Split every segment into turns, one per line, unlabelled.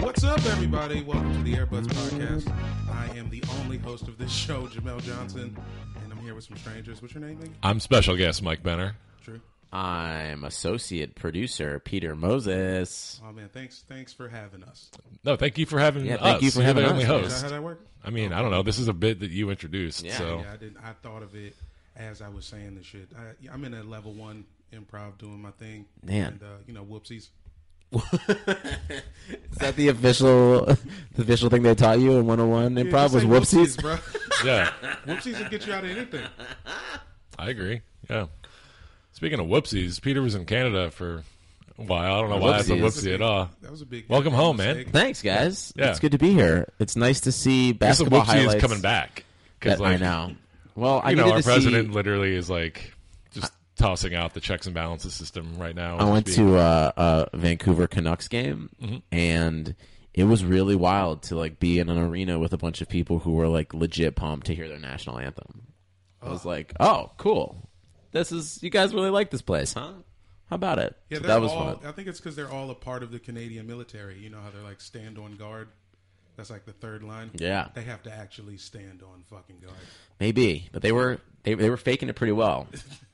What's up, everybody? Welcome to the Airbuds Podcast. I am the only host of this show, Jamel Johnson, and I'm here with some strangers. What's your name, Nick?
I'm special guest Mike Benner.
True.
I'm associate producer Peter Moses.
Oh man, thanks, thanks for having us.
No, thank you for having
Yeah,
us.
thank you for
You're
having
the
us,
only
man.
Is that
host.
how that worked?
I mean, I don't know. This is a bit that you introduced.
Yeah.
so
Yeah, I didn't. I thought of it as I was saying this shit. I, I'm in a level one improv doing my thing.
Man.
and, uh, you know, whoopsies.
Is that the official the official thing they taught you in 101
Yeah,
improv
just
was
say
whoopsies?
bro.
yeah,
whoopsies will get you out of anything.
I agree. Yeah. Speaking of whoopsies, Peter was in Canada for a while. I don't know why that's a
Whoopsies.
whoopsie at all.
That was a big.
Welcome home, man.
mistake.
Thanks, guys.
Yeah.
It's good to be here. It's nice to see
I guess the
basketball
whoopsie
highlights.
is coming back.
that- I
like,
know. Well, I
You know,
needed
our
to see-
president literally is like just tossing out the checks and balances system right now.
I
as we
went
speak.
to uh, a Vancouver Canucks game, and it was really wild to like be in an arena with a bunch of people who were like legit pumped to hear their national anthem. I was like, oh, cool. This is you guys really like this place, huh? How about it?
Yeah,
So
they're
that was
all,
fun.
I think it's because they're all a part of the Canadian military. You know how they're like stand on guard. That's like the third line.
Yeah.
they have to actually stand on fucking guard.
Maybe, but they were they they were faking it pretty well.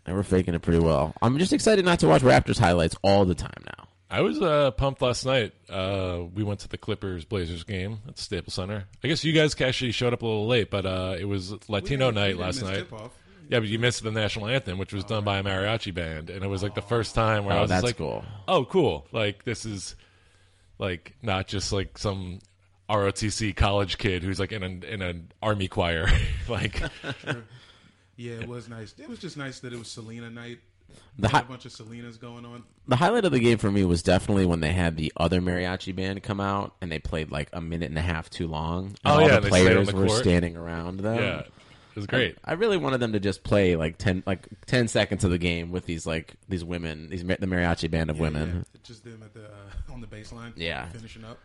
they were faking it pretty well. I'm just excited not to watch Raptors highlights all the time now.
I was uh, pumped last night. Uh, we went to the Clippers Blazers game at the Staples Center. I guess you guys actually showed up a little late, but uh, it was Latino
We didn't- we
night
didn't
last
miss
night.
tip-off.
Yeah, but you missed the national anthem, which was done by a mariachi band, and it was like the first time where
Oh,
I was just like,
that's cool.
"Oh, cool! Like this is like not just like some ROTC college kid who's like in an in an army choir." like,
Yeah, it was nice. It was just nice that it was Selena night.
The
Had
hi-
a bunch of Selenas going on.
The highlight of the game for me was definitely when they had the other mariachi band come out and they played like a minute and a half too long. And
Oh,
all
yeah,
the
they stayed on
players
the
were
court.
standing around them.
yeah, it was great.
I really wanted them to just play like ten like ten seconds of the game with these like these women, these ma- the mariachi band of women.
Yeah, just them at the uh, on the baseline.
Yeah.
finishing up.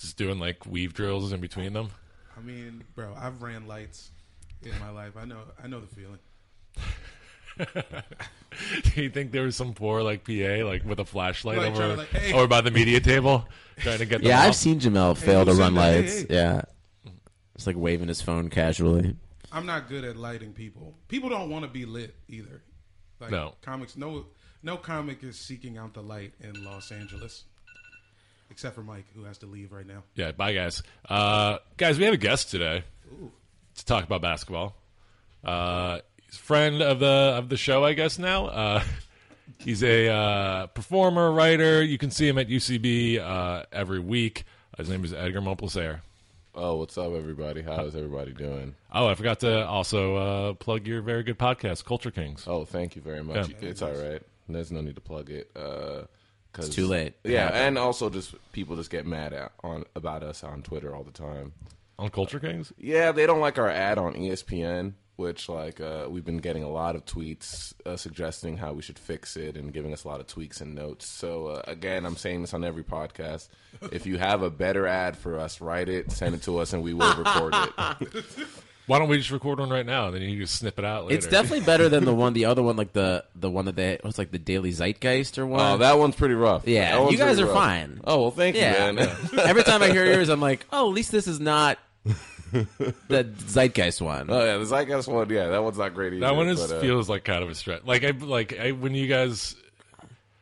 Just doing like weave drills in between them.
I mean, bro, I've ran lights in my life. I know. I know the feeling.
Do you think there was some poor like PA like with a flashlight
Right, trying
over
to, like, hey.
over by the media table trying to get
Yeah,
them
I've
off?
seen Jamel fail to
who's
run
in there? Hey,
lights.
hey.
Yeah, just like waving his phone casually.
I'm not good at lighting people. People don't want to be lit either. Like
No.
comics. No, No comic is seeking out the light in Los Angeles, except for Mike, who has to leave right now.
Yeah, bye guys. Uh, guys, we have a guest today to talk about basketball. Uh, he's a friend of the of the show, I guess. Now uh, he's a uh, performer, writer. You can see him at UCB uh, every week. Uh, His name is Edgar Montplaisir.
Oh, what's up, everybody? How is everybody doing?
Oh, I forgot to also uh, plug your very good podcast, Culture Kings.
Oh, thank you very much. It's all right. There's no need to plug it. Uh, cause,
It's too late.
Yeah, and also just people just get mad at, on about us on Twitter all the time.
On Culture Kings,
Yeah, they don't like our ad on E ESPN, which like uh, we've been getting a lot of tweets uh, suggesting how we should fix it and giving us a lot of tweaks and notes. So uh, again, I'm saying this on every podcast. If you have a better ad for us, write it, send it to us, and we will record it.
why don't we just record one right now and then you can snip it out later?
It's definitely better than the one, the other one, like the the one that they was like the Daily Zeitgeist or one.
Oh, that one's pretty rough.
Yeah,
That one's
you guys
pretty
are
rough.
fine.
Oh well, thank you, man.
Every time I hear yours, I'm like, oh, at least this is not the Zeitgeist one.
Oh yeah, the Zeitgeist one. Yeah, that one's not great either.
That one is
but, uh,
feels like kind of a stretch. Like I like I when you guys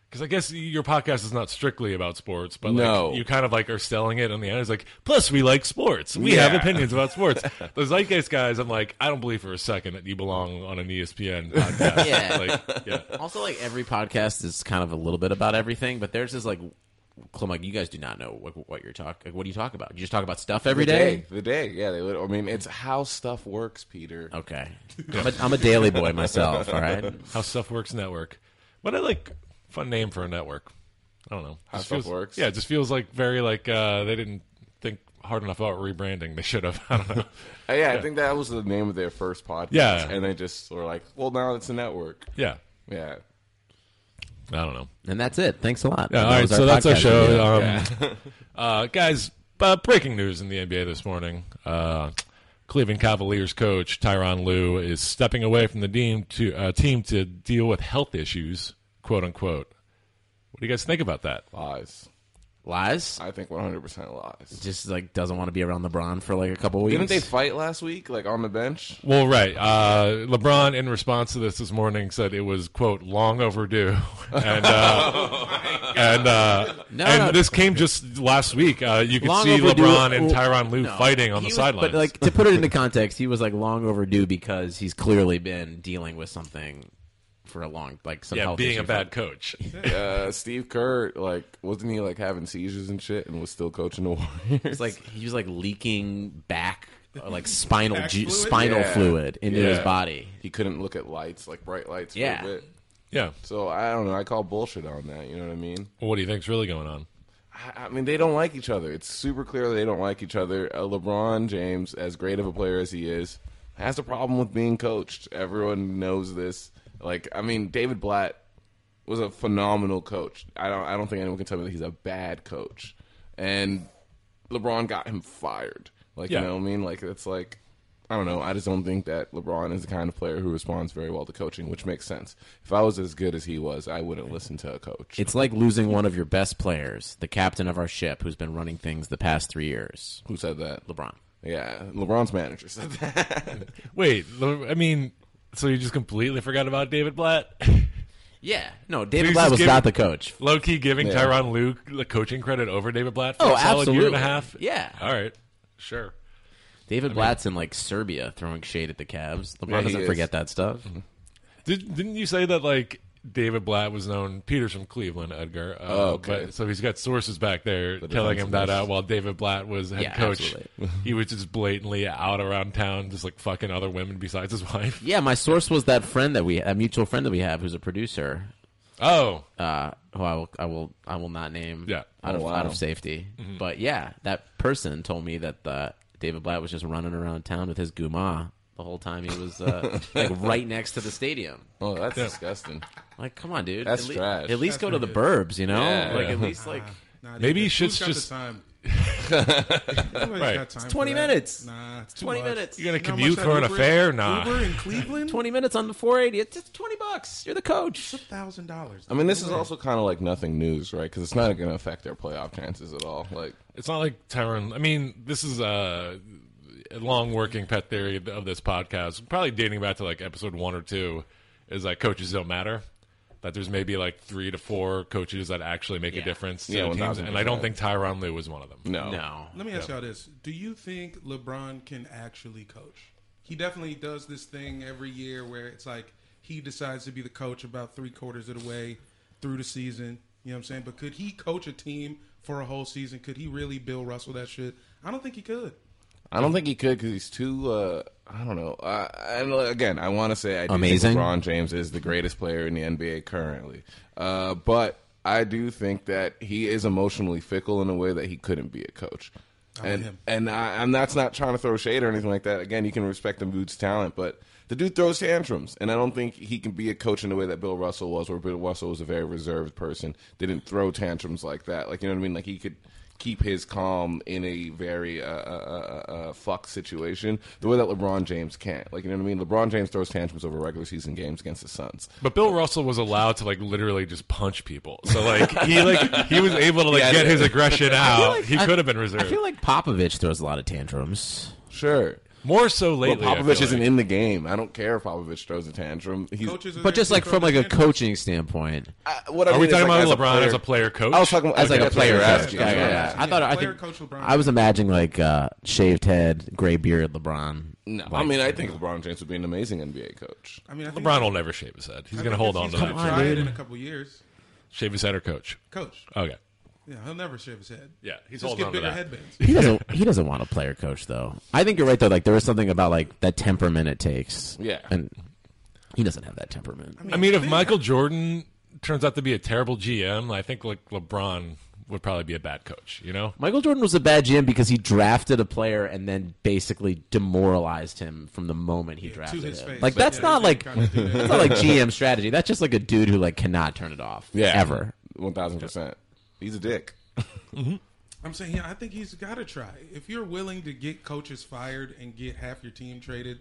because I guess your podcast is not strictly about sports, but like
No.
you kind of like are selling it on the end. It's like, plus we like sports. We have
Yeah.
opinions about sports. the Zeitgeist guys, I'm like, I don't believe for a second that you belong on an E ESPN podcast.
Yeah.
Like, yeah.
Also, like every podcast is kind of a little bit about everything, but there's this like, I'm like, you guys do not know what, what you're talking. What do you talk about? You just talk about stuff every
the
day.
The day. Yeah, they. lit- I mean, it's how stuff works, Peter.
Okay, I'm a, I'm a daily boy myself. All right,
How Stuff Works Network. But I like fun name for a network. I don't know.
How
Just
Stuff
feels-
Works?
Yeah, it just feels like very like uh they didn't think hard enough about rebranding. They should have. I don't know.
Uh, yeah, I think that was the name of their first podcast.
Yeah.
and they just were like, "Well, now it's a network."
yeah.
Yeah.
I don't know.
and that's it. Thanks a lot.
Yeah,
That
all right,
was
so that's our
podcast
show.
review.
Um, uh, guys, uh, breaking news in the NBA this morning. Uh, Cleveland Cavaliers coach Tyron Lue is stepping away from the team to, uh, team to deal with health issues, quote unquote. What do you guys think about that?
Lies.
Lies.
I think 100 percent lies.
Just like doesn't want to be around LeBron for like a couple weeks.
Didn't they fight last week, like on the bench?
Well, right. Uh, LeBron, in response to this this morning, said it was quote long overdue, and uh, and uh,
No,
and
no.
this came just last week. Uh, you could
Long
see
overdue-
LeBron and
well,
Tyron Lue fighting on
He
the
was-
sidelines.
But like to put it into context, he was like long overdue because he's clearly been dealing with something for a long like some
yeah,
health
being
issue
a
for-
bad coach.
Uh, Steve Kerr, like, wasn't he like having seizures and shit, and was still coaching the Warriors?
It's like he was like leaking back uh, like spinal
Back
ju-
fluid?
spinal
Yeah.
fluid into his
Yeah.
body.
he couldn't look at lights, like bright lights.
Yeah.
For a bit.
Yeah.
So I don't know. I call bullshit on that. You know what I mean?
Well, what do you think's really going on?
I- I mean, they don't like each other. It's super clear they don't like each other. Uh, LeBron James, as great of a player as he is, has a problem with being coached. Everyone knows this. Like, I mean, David Blatt was a phenomenal coach. I don't, I don't think anyone can tell me that he's a bad coach. And LeBron got him fired. Like,
Yeah.
you know what I mean? Like, it's like, I don't know. I just don't think that LeBron is the kind of player who responds very well to coaching, which makes sense. If I was as good as he was, I wouldn't listen to a coach.
It's like losing one of your best players, the captain of our ship, who's been running things the past three years.
who said that?
LeBron.
Yeah, LeBron's manager said that.
Wait, Le- I mean, so you just completely forgot about David Blatt?
Yeah, no, David
Please
Blatt
just
was
give
not
me-
the coach.
Low key giving Tyron Lue the coaching credit over David Blatt for
Oh,
a solid year and
absolutely.
a half?
Yeah.
All right. Sure.
David Blatt's in like Serbia throwing shade at the Cavs. LeBron
Yeah, he
doesn't
is. Mm-hmm.
forget that stuff.
Did, didn't you say that, like, David Blatt was known. Peter's from Cleveland, Edgar. Uh,
Oh, okay.
But, so he's got sources back there telling him that out while David Blatt was head
Yeah,
coach.
absolutely.
he was just blatantly out around town, just like fucking other women besides his
Uh,
wife.
Yeah, my source was that friend that we, a mutual friend that we have, who's a producer,
Oh,
uh, who I will, I will, I will not name.
Yeah.
out of
Oh, wow.
out of safety. But yeah, that person told me that the David Blatt was just running around town with his guma the whole time he was uh, like right next to the stadium.
Oh, that's disgusting.
Like, come on, dude.
That's
at lea-
trash.
At least go to the burbs, you know.
Yeah.
Like,
Yeah.
at least like.
Nah, dude,
Maybe you
who's
should
got
just-
the time. Nobody's
Right.
got time for
20
that.
minutes.
Nah, it's too
20
much.
minutes.
You're gonna
You know how
commute
much
for
that
an
Uber-
affair? Nah.
Uber in Cleveland,
20 minutes on the 480. It's just 20 bucks. You're the coach.
thousand dollars.
I mean, this is also kind of like nothing news, right? Because it's not going to affect their playoff chances at all. Like,
It's not like Tyron. I mean, this is uh, a long working pet theory of this podcast, probably dating back to like episode one or two, is that coaches don't matter. that there's maybe like three to four coaches that actually make a difference to
Yeah,
the teams, and I
1000%.
don't think Tyron Lue was one of them.
No.
No.
Let me ask y'all this: Do you think LeBron can actually coach? He definitely does this thing every year where it's like he decides to be the coach about three quarters of the way through the season. You know what I'm saying? But could he coach a team for a whole season? Could he really Bill Russell that shit? I don't think he could.
I don't think he could because he's too. Uh, I don't know. Uh, and uh, again, I want to say I do
Amazing.
think LeBron James is the greatest player in the NBA currently, uh, but I do think that he is emotionally fickle in a way that he couldn't be a coach. and
him.
and I, and that's not trying to throw shade or anything like that. Again, you can respect the dude's talent, but the dude throws tantrums, and I don't think he can be a coach in the way that Bill Russell was, where Bill Russell was a very reserved person, didn't throw tantrums like that. Like you know what I mean? Like he could keep his calm in a very uh, uh, uh, uh, fuck situation, the way that LeBron James can't. Like you know what I mean? LeBron James throws tantrums over regular season games against the Suns.
But Bill Russell was allowed to like literally just punch people, so like he like he was able to like
Yeah,
get
yeah.
his aggression out. he
I-
could have been reserved
I feel like Popovich throws a lot of tantrums.
Sure.
more so lately.
well,
I
Popovich
feel
isn't
like.
in the game. I don't care if Popovich throws a tantrum. He's,
Coaches are
But
there
just
to
like
throw
from
their
like a
tantrums.
coaching standpoint,
I- what I
Are
mean
we
is,
talking
like,
about LeBron as a player coach?
I was talking
as like
okay,
a
that's what you
player
were
coach.
asking.
Yeah,
That's
yeah,
what I
yeah.
was
I thought I
Player
think
coach LeBron.
I was imagining like uh, shaved head, gray beard LeBron.
No, I mean I think LeBron James would be an amazing NBA coach.
I mean, I think
LeBron will never shave his head. He's
I
going to
think
hold
if
on to
he's
that.
gonna try it in a couple years.
Shave his head or coach?
Coach,
Okay.
yeah, he'll never shave his head.
Yeah, he's
just
holding
get
on to
bigger
that.
headbands.
He doesn't. He doesn't want a player coach, though. I think you're right, though. Like there is something about like that temperament it takes.
Yeah.
and he doesn't have that temperament.
I mean, if Michael Jordan turns out to be a terrible GM, I think like LeBron would probably be a bad coach. You know,
Michael Jordan was a bad GM because he drafted a player and then basically demoralized him from the moment he drafted
to his
him.
face.
Like
But
that's
yeah,
not
they
like
kinda do that.
that's not like GM strategy. That's just like a dude who like cannot turn it off.
Yeah,
ever.
one thousand percent. He's a dick.
I'm saying, yeah, I think he's got to try. If you're willing to get coaches fired and get half your team traded,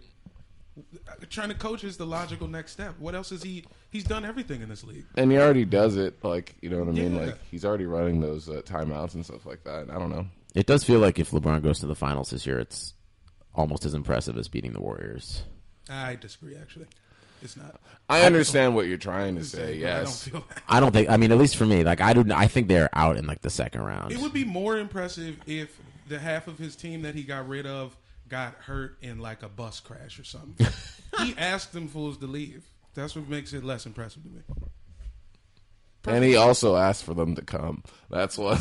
trying to coach is the logical next step. What else is he? He's done everything in this league.
And he already does it, like you know what I mean.
Yeah.
Like he's already running those uh, timeouts and stuff like that. I don't know.
It does feel like if LeBron goes to the finals this year, it's almost as impressive as beating the Warriors.
I disagree. Actually, it's not.
I understand what you're trying to say.
But I
Yes,
don't feel that.
I don't think. I mean, at least for me, like I do. I think they're out in like the second round.
It would be more impressive if the half of his team that he got rid of got hurt in like a bus crash or something. he asked them fools to leave. That's what makes it less impressive to me.
and he also asked for them to come. That's what.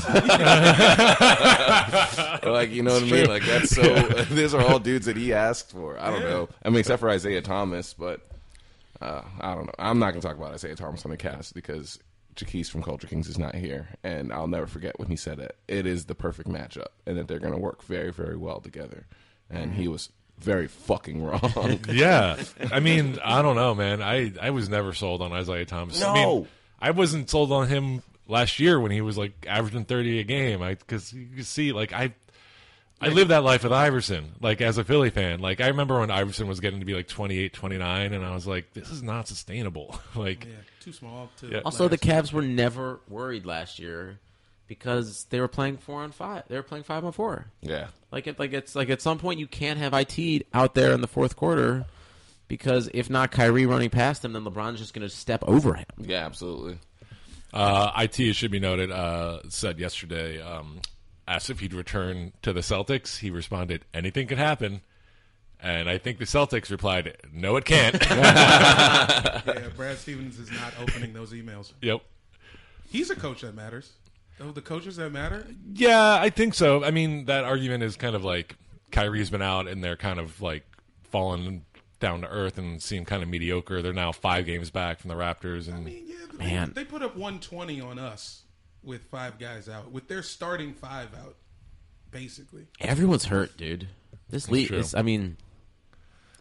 like you know what I mean. Like that's so. these are all dudes that he asked for. I don't know. I mean, except for Isaiah Thomas, but uh, I don't know. I'm not going to talk about Isaiah Thomas on the cast because Jaquise from Culture Kings is not here, and I'll never forget when he said it. It is the perfect matchup, and that they're going to work very, very well together. And he was very fucking wrong.
yeah. I mean, I don't know, man. I I was never sold on Isaiah Thomas. I mean,
No.
I wasn't sold on him last year when he was like averaging thirty a game. I because you can see like I. I lived that life with Iverson, like as a Philly fan. Like I remember when Iverson was getting to be like 28, 29 and I was like this is not sustainable. like
Yeah, too small. To
Also, the
last.
Cavs were never worried last year because they were playing four on five. They were playing five on four.
yeah.
Like, it, like it's like at some point you can't have it out there in the fourth quarter because if not Kyrie running past him, then LeBron's just going to step over him.
Yeah, absolutely.
Uh, it it should be noted uh, said yesterday um, asked if he'd return to the Celtics. He responded, "Anything could happen," and I think the Celtics replied, "No, it can't."
yeah, Brad Stevens is not opening those emails.
yep.
He's a coach that matters. Of the coaches that matter,
Yeah, I think so. I mean, that argument is kind of like Kyrie's been out, and they're kind of like falling down to earth and seem kind of mediocre. They're now five games back from the Raptors, and
I mean, yeah, but
Man.
They, they put up 120 on us with five guys out, with their starting five out, basically.
Everyone's hurt, dude. This league
true.
is. I mean,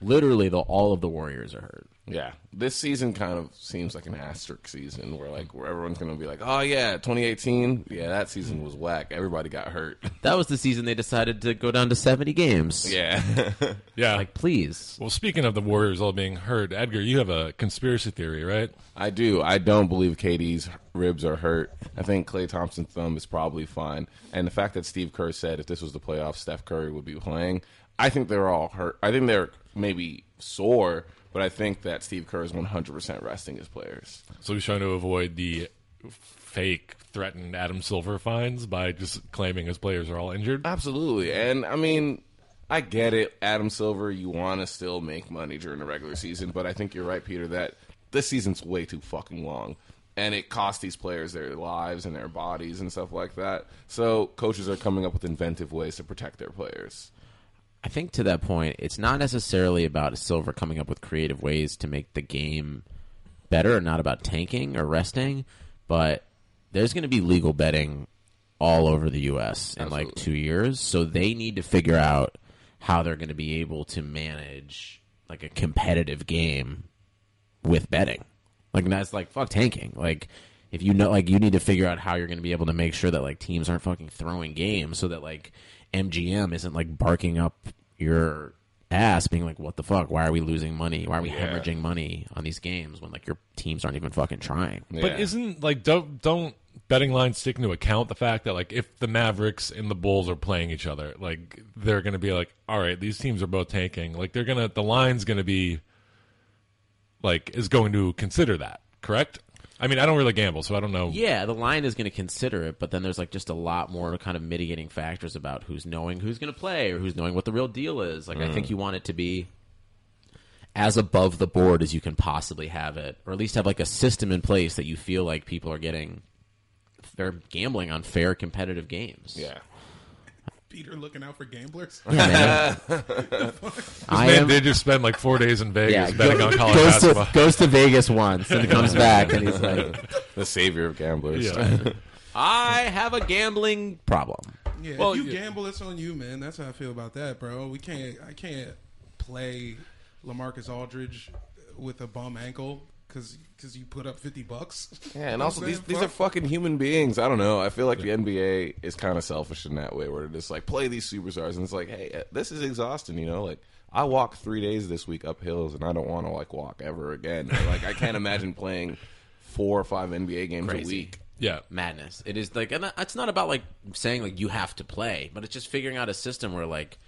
literally, the all of the Warriors are hurt.
Yeah, this season kind of seems like an asterisk season where like where everyone's gonna be like, oh yeah, 2018, yeah, that season was whack. Everybody got hurt.
That was the season they decided to go down to seventy games.
Yeah,
yeah.
Like, please.
well, speaking of the Warriors all being hurt, Edgar, you have a conspiracy theory, right?
I do. I don't believe KD's ribs are hurt. I think Clay Thompson's thumb is probably fine. And the fact that Steve Kerr said if this was the playoffs, Steph Curry would be playing. I think they're all hurt. I think they're maybe soar. But I think that Steve Kerr is 100% resting his players.
So he's trying to avoid the fake threatened Adam Silver fines by just claiming his players are all injured.
Uh,
Absolutely. And I mean, I get it, Adam Silver, you want to still make money during the regular season, but I think you're right, Peter, that this season's way too fucking long. And it costs these players their lives and their bodies and stuff like that. So coaches are coming up with inventive ways to protect their players.
I think to that point, it's not necessarily about Silver coming up with creative ways to make the game better, not about tanking or resting, but there's going to be legal betting all over the U.S. in like two years. So they need to figure out how they're going to be able to manage like a competitive game with betting. Like and that's like fuck tanking. Like if you know like you need to figure out how you're going to be able to make sure that like teams aren't fucking throwing games so that like MGM isn't like barking up your ass being like what the fuck why are we losing money why are we hemorrhaging money on these games when like your teams aren't even fucking trying
Yeah.
But isn't like don't don't betting lines take into account the fact that like if the Mavericks and the Bulls are playing each other, like they're gonna be like, all right, these teams are both tanking. Like they're gonna the line's gonna be like is going to consider that correct? I mean, I don't really gamble, so I don't know.
Yeah, the line is going to consider it, but then there's like just a lot more kind of mitigating factors about who's knowing who's going to play or who's knowing what the real deal is. Like, I think you want it to be as above the board as you can possibly have it, or at least have like a system in place that you feel like people are getting they're gambling on fair competitive games.
Yeah.
Peter looking out for gamblers.
Yeah, man. I
Man,
am.
they just spend like four days in Vegas
Yeah,
betting
go-
on college
goes
basketball.
to, goes to Vegas once and comes back and he's like,
The savior of gamblers.
Yeah.
"I have a gambling problem."
Yeah,
Well,
if you
yeah.
gamble, it's on you, man. That's how I feel about that, bro. We can't, I can't play Lamarcus Aldridge with a bum ankle because you put up fifty bucks.
Yeah, and also
You know
these
what I'm
these
saying?
are fucking human beings. I don't know. I feel like the NBA is kind of selfish in that way, where they're just like play these superstars, and it's like, hey, uh, this is exhausting. You know, like I walked three days this week up hills, and I don't want to like walk ever again. Or, like I can't imagine playing four or five NBA games a
Crazy.
week.
yeah.
madness. It is like, and it's not about like saying like you have to play, but it's just figuring out a system where like,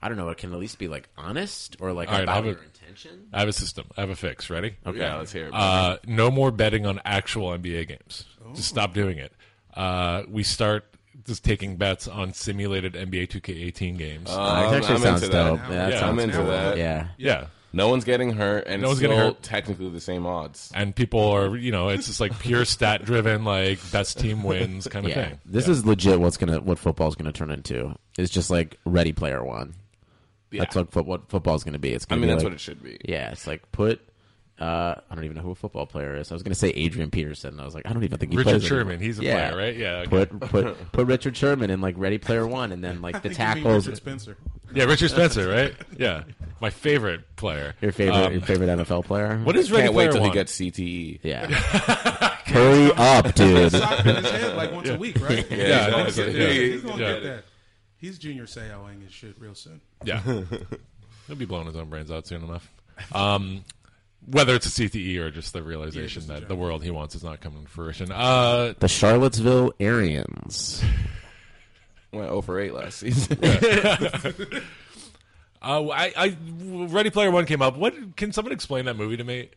I don't know, it can at least be like honest or like
All right,
about
I have
your
a-
intention.
I have a system. I have a fix. Ready?
Okay.
Yeah, let's hear it.
Uh, no more betting on actual NBA games. Just stop doing it. Uh, we start just taking bets on simulated NBA 2K18 games.
Uh,
Um,
actually
I'm
sounds
into that.
dope. Yeah, that
Yeah,
I'm
sounds
into
cool.
that.
Yeah,
yeah.
No one's getting hurt, and
No
it's
one's getting
still
hurt.
technically the same odds.
And people are, you know, it's just like pure stat driven, like best team wins kind of
yeah.
thing.
This is legit. What's gonna what football's gonna turn into is just like Ready Player One. That's what fo- what football's gonna be. It's
I
gonna
mean,
be
that's
like-
what it should be.
Yeah, it's like put. Uh, I don't even know who a football player is. I was gonna say Adrian Peterson. and I was like, I don't even think he
Richard
plays
Sherman,
anymore.
he's a
Yeah.
player, right? Yeah, okay.
Put put put Richard Sherman in like Ready Player One, and then like the
I think you mean
tackles.
Richard Spencer.
Yeah, Richard Spencer, right? Yeah. My favorite player.
Your favorite, your favorite NFL player?
Um, What is Ready
Can't wait
Player
till he
One?
gets E. CTE.
Yeah. Hurry up, dude.
Sock in his head like once a week, right?
Yeah,
he's
I
gonna
know.
get-
Yeah.
He's gonna
Yeah.
get that. He's Junior Seauing and shit real soon.
Yeah. He'll be blowing his own brains out soon enough. Um, whether it's a CTE or just the realization that the world he wants is not coming to fruition. Uh,
The Charlottesville Arians.
Went 0 for 8 last season.
uh, I, I, Ready Player One came up. What Can someone explain that movie to me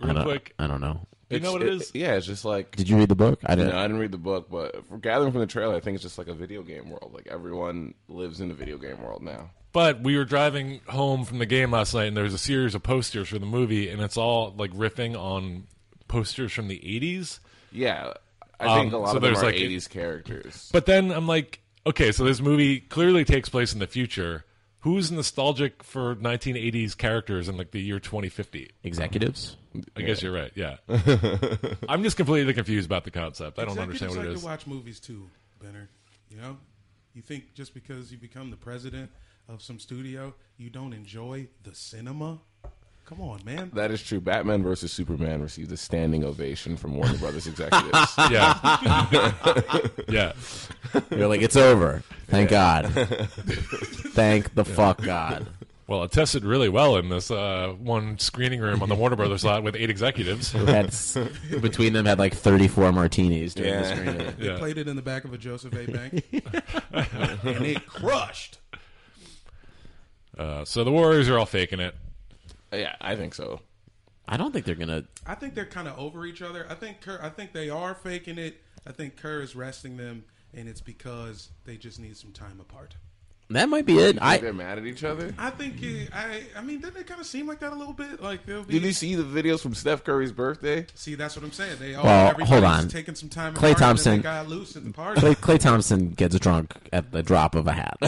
I
real
don't,
quick?
I don't know.
You know what it is?
Yeah, it's just like
Did you read the book? I didn't.
No, I didn't read the book, but from gathering from the trailer, I think it's just like a video game world. Like everyone lives in a video game world now.
But we were driving home from the game last night, and there was a series of posters for the movie, and it's all like riffing on posters from the 80s.
Yeah, I
Um,
think a lot
so
of them
there's,
are
like,
'80s characters.
But then I'm like, okay, so this movie clearly takes place in the future. Who's nostalgic for 1980s characters in like the year 2050?
Executives?
I guess you're right. Yeah, I'm just completely confused about the concept. I don't understand
Executives
what it
like
is.
to watch movies too, Benner. You know, you think just because you become the president of some studio, you don't enjoy the cinema? Come on, man.
that is true. Batman versus Superman received a standing ovation from Warner Brothers executives.
Yeah, yeah.
You're like, it's over. Thank God. Thank the fuck God.
Well, it tested really well in this uh, one screening room on the Warner Brothers lot with eight executives.
Had, s- between them had like 34 martinis during
Yeah.
the screening.
They played it in the back of a Joseph A. Bank, and it crushed.
Uh, so the Warriors are all faking it.
Yeah, I think so.
I don't think they're gonna.
I think they're kind of over each other. I think Kerr, I think they are faking it. I think Kerr is resting them, and it's because they just need some time apart.
That might be it.
I,
I
they're mad at each other.
I think it, I I mean didn't they kind of seem like that a little bit? Like they'll be
Did you see the videos from Steph Curry's birthday?
see that's what I'm saying. They all
Well,
everybody's
hold on.
taking some time.
Klay
apart, and then
Thompson-
they got loose at the party.
Clay, Clay Thompson gets drunk at the drop of a hat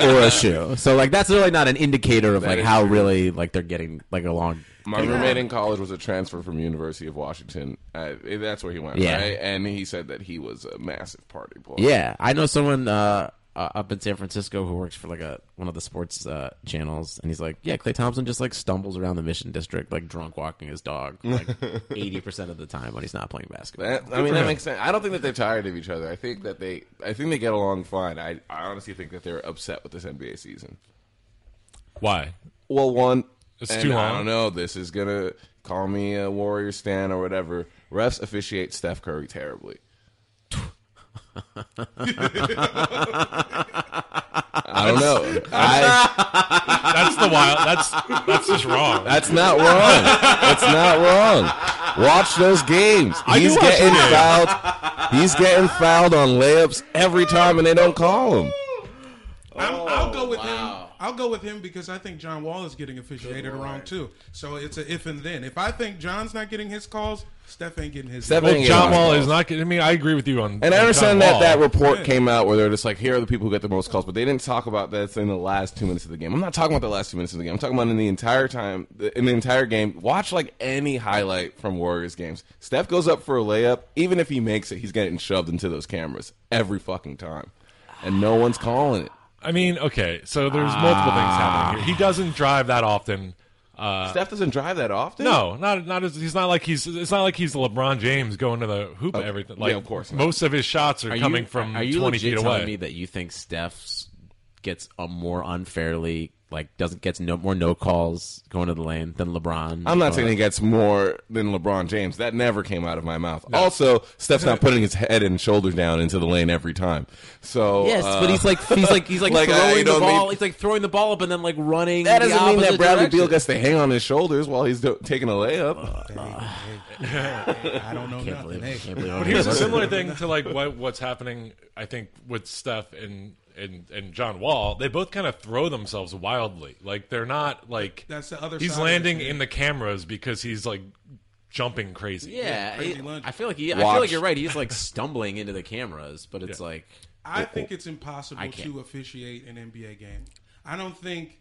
or a shoe. So like that's really not an indicator of like
is
how really like they're getting like along.
My roommate in college was a transfer from University of Washington. Uh, that's where he went,
Yeah.
right? And he said that he was a massive party boy.
Yeah, I know someone uh, uh, up in San Francisco who works for like a one of the sports uh, channels, and he's like, yeah, Clay Thompson just like stumbles around the Mission District like drunk walking his dog like eighty percent of the time when he's not playing basketball.
That, I mean, that makes sense. I don't think that they're tired of each other. I think that they, I think they get along fine. I, I honestly think that they're upset with this NBA season.
Why?
Well, one,
It's
and
too long.
I don't know. This is gonna call me a Warrior stan or whatever. Refs officiate Steph Curry terribly. I don't know. I,
That's the wild. That's that's just wrong.
that's not wrong. That's not wrong. Watch those games.
I do
He's
watch the
getting
game.
fouled. He's getting fouled on layups every time, and they don't call him.
I'm, I'll go with him. I'll go with him because I think John Wall is getting officiated around too. So it's a if and then. If I think John's not getting his calls, Steph ain't getting his.
Steph
calls.
Well,
ain't getting
John
my
Wall
calls.
is not. getting- I mean, I agree with you on.
And I
on John
understand that
Wall.
that report came out where they're just like, here are the people who get the most calls, but they didn't talk about that in the last two minutes of the game. I'm not talking about the last two minutes of the game. I'm talking about in the entire time, in the entire game. Watch like any highlight from Warriors games. Steph goes up for a layup. Even if he makes it, he's getting shoved into those cameras every fucking time, and no one's calling it.
I mean, okay, so there's multiple things happening here. He doesn't drive that often.
Steph doesn't drive that often.
Uh, No, not not as he's not like he's it's not like he's LeBron James going to the hoop and everything.
yeah,
Like
of course not.
most of his shots are, coming from
are you
twenty
legit
feet
telling
away.
me that you think Steph's gets a more unfairly like doesn't gets no more no calls going to the lane than LeBron?
I'm not
Uh,
saying he gets more than LeBron James. That never came out of my mouth. Also, Steph's not putting his head and shoulder down into the lane every time. So
Yes,
uh,
but he's like he's like he's like,
Like, I
throwing the
don't mean-
ball. He's like throwing the ball up and then like running.
That doesn't
the
mean that
opposite
Bradley
direction. Oh,
Beal gets to hang on his shoulders while he's do- taking a layup.
I don't know
Can't
nothing.
believe,
Hey,
can't believe
But here's a similar thing to like what what's happening. I think with Steph and and and John Wall, they both kind of throw themselves wildly. Like they're not like
That's the other
He's
side of it,
landing
yeah.
in the cameras because he's like jumping crazy.
Yeah,
crazy
he-
lunge.
I feel like he. I
Watch.
feel like you're right. He's like stumbling into the cameras, but it's like
I think it's impossible
Oh, I can't.
to officiate an NBA game. I don't think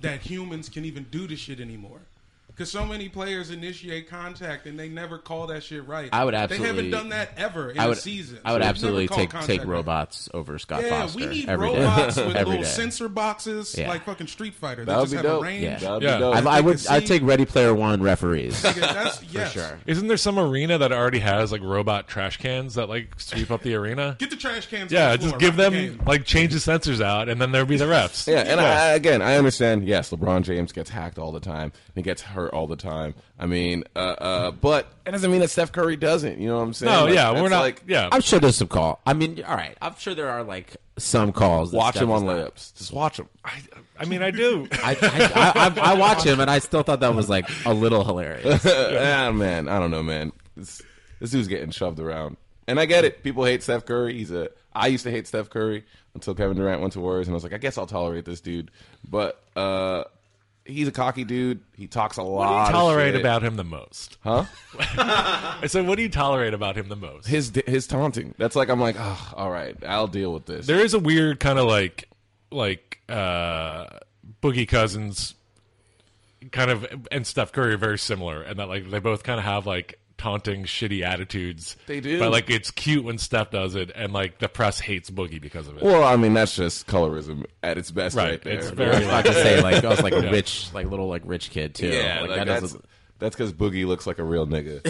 that humans can even do this shit anymore. Because so many players initiate contact and they never call that shit right.
I would
They
absolutely-
haven't done that ever in
I would.
a season.
I would
They've never
absolutely
called
take
contact
take
right.
robots over Scott
Yeah,
Foster
we need
every day.
robots with
Every
little
day.
sensor boxes
Yeah.
like fucking Street Fighter. They
That would
just
be
have a
dope.
range.
Yeah.
That would
Yeah.
be dope.
I, I
They
would.
could
I'd
see-
take Ready Player One referees.
Yeah, that's yes.
sure.
Isn't there some arena that already has like robot trash cans that like sweep up the arena?
Get the trash cans. on
Yeah,
the
just
floor,
give
rock
them
the game.
like change the sensors out, and then there'd be the refs.
yeah, and I, I- again, I understand. Yes, LeBron James gets hacked all the time. And he gets hurt all the time. I mean, uh, uh, but it doesn't mean that Steph Curry doesn't. You know what I'm saying?
no,
Like,
yeah,
that's
we're not.
Like,
yeah,
I'm sure there's some call. I mean, all right. I'm sure there are like some calls. That
watch
Steph
him
is
on
not-
layups. Just watch him.
I, I mean, I do.
I, I, I, I, I watch him, and I still thought that was like a little hilarious.
ah, man, I don't know, man. This, this dude's getting shoved around, and I get it. People hate Steph Curry. He's a. I used to hate Steph Curry until Kevin Durant went to Warriors, and I was like, I guess I'll tolerate this dude. But uh, he's a cocky dude. He talks a lot.
What do you tolerate
of shit.
about him the most?
Huh?
I said, what do you tolerate about him the most?
His his taunting. That's like I'm like, oh, all right, I'll deal with this.
there is a weird kind of like, like uh, Boogie Cousins, kind of, and Steph Curry are very similar, and that like they both kind of have like taunting, shitty attitudes.
They do.
but like it's cute when Steph does it, and like the press hates Boogie because of it.
well, I mean, that's just colorism at its best, right?
right, it's
there.
very
I was about to say like I was like a rich, like little like rich kid too.
yeah,
like,
like,
that
that's,
doesn't.
That's because Boogie looks like a real nigga,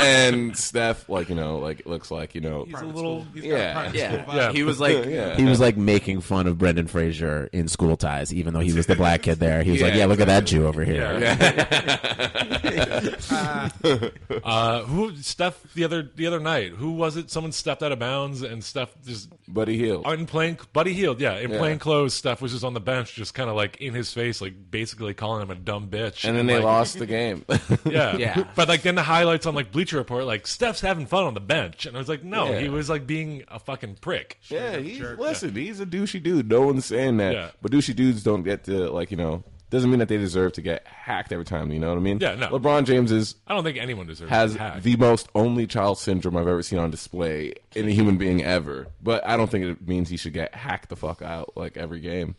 and Steph, like you know, like looks like you know,
He's a little. He's
Yeah,
got a private
Yeah.
school vibe.
he was like
Yeah.
he was like making fun of Brendan Fraser in school ties, even though he was the black kid there. He was like,
Yeah,
"Yeah, look at that Jew over here."
Uh, who Steph the other the other night? Who was it? Someone stepped out of bounds, and Steph just
Buddy Hill.
in plain Buddy Healed. Yeah, in
Yeah.
plain clothes, Steph was just on the bench, just kind of like in his face, like basically calling him a dumb bitch.
And then they
like,
lost the game.
Yeah.
Yeah.
But like then the highlights on like Bleacher Report, like Steph's having fun on the bench, and I was like, no,
Yeah.
he was like being a fucking prick.
yeah, he's listen, he's a douchey dude. No one's saying that.
Yeah.
But douchey dudes don't get to like you know doesn't mean that they deserve to get hacked every time. You know what I mean?
Yeah, no.
LeBron James is
I don't think anyone deserves
has
to be hacked.
the most only child syndrome I've ever seen on display in a human being ever. But I don't think it means he should get hacked the fuck out like every game.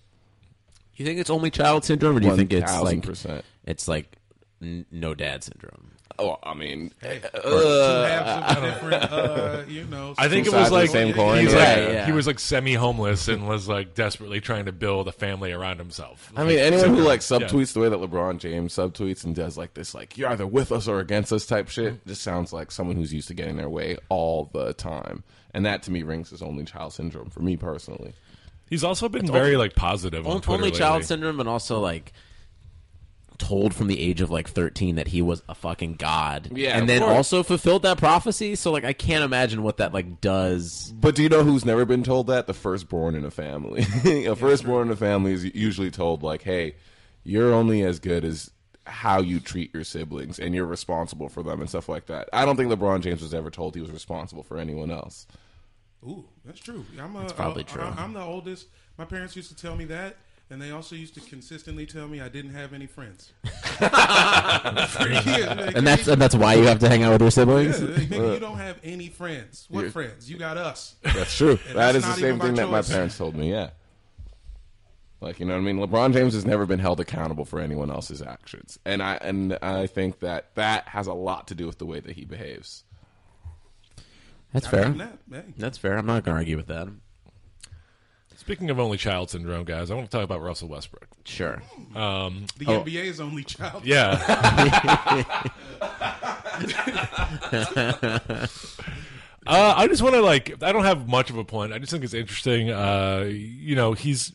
You think it's only child syndrome, or do you think it's like
1000%.
it's like n- no dad syndrome?
Oh, I mean,
Two halves of a different, uh, you know.
I think
two
it was
sides of the
like,
same coin.
He's
Yeah,
like
yeah.
he was like semi homeless and was like desperately trying to build a family around himself.
I mean, anyone who like subtweets the way that LeBron James subtweets and does like this, like you're either with us or against us type shit, just sounds like someone who's used to getting their way all the time, and that to me rings as only child syndrome for me personally.
he's also been very like positive on
On-
Twitter
only
lately.
child syndrome, and also like told from the age of like 13 that he was a fucking god
Yeah,
and
of
then
course.
also fulfilled that prophecy so like i can't imagine what that like does
But do you know who's never been told that? The firstborn in a family. a firstborn in a family is usually told like, "Hey, you're only as good as how you treat your siblings, and you're responsible for them and stuff like that." I don't think LeBron James was ever told he was responsible for anyone else.
Ooh, that's true. I'm a,
probably
uh,
true.
I, am the oldest. My parents used to tell me that, and they also used to consistently tell me I didn't have any friends. For years, like,
and that's
nigga,
and that's why you have to hang out with your siblings
yeah, like, nigga, you don't have any friends. What friends? You got us.
That's true.
And
that
that's
is the
not
same
even my
thing that my
choice.
parents told me. Yeah. Like you know what I mean? LeBron James has never been held accountable for anyone else's actions, and I and I think that that has a lot to do with the way that he behaves.
that's
Other than
fair
that, man.
that's fair i'm not gonna argue with that
Speaking of only child syndrome, guys, I want to talk about Russell Westbrook.
sure
The NBA is only child.
Yeah. uh, I just want to like. I don't have much of a point. I just think it's interesting. Uh, you know, he's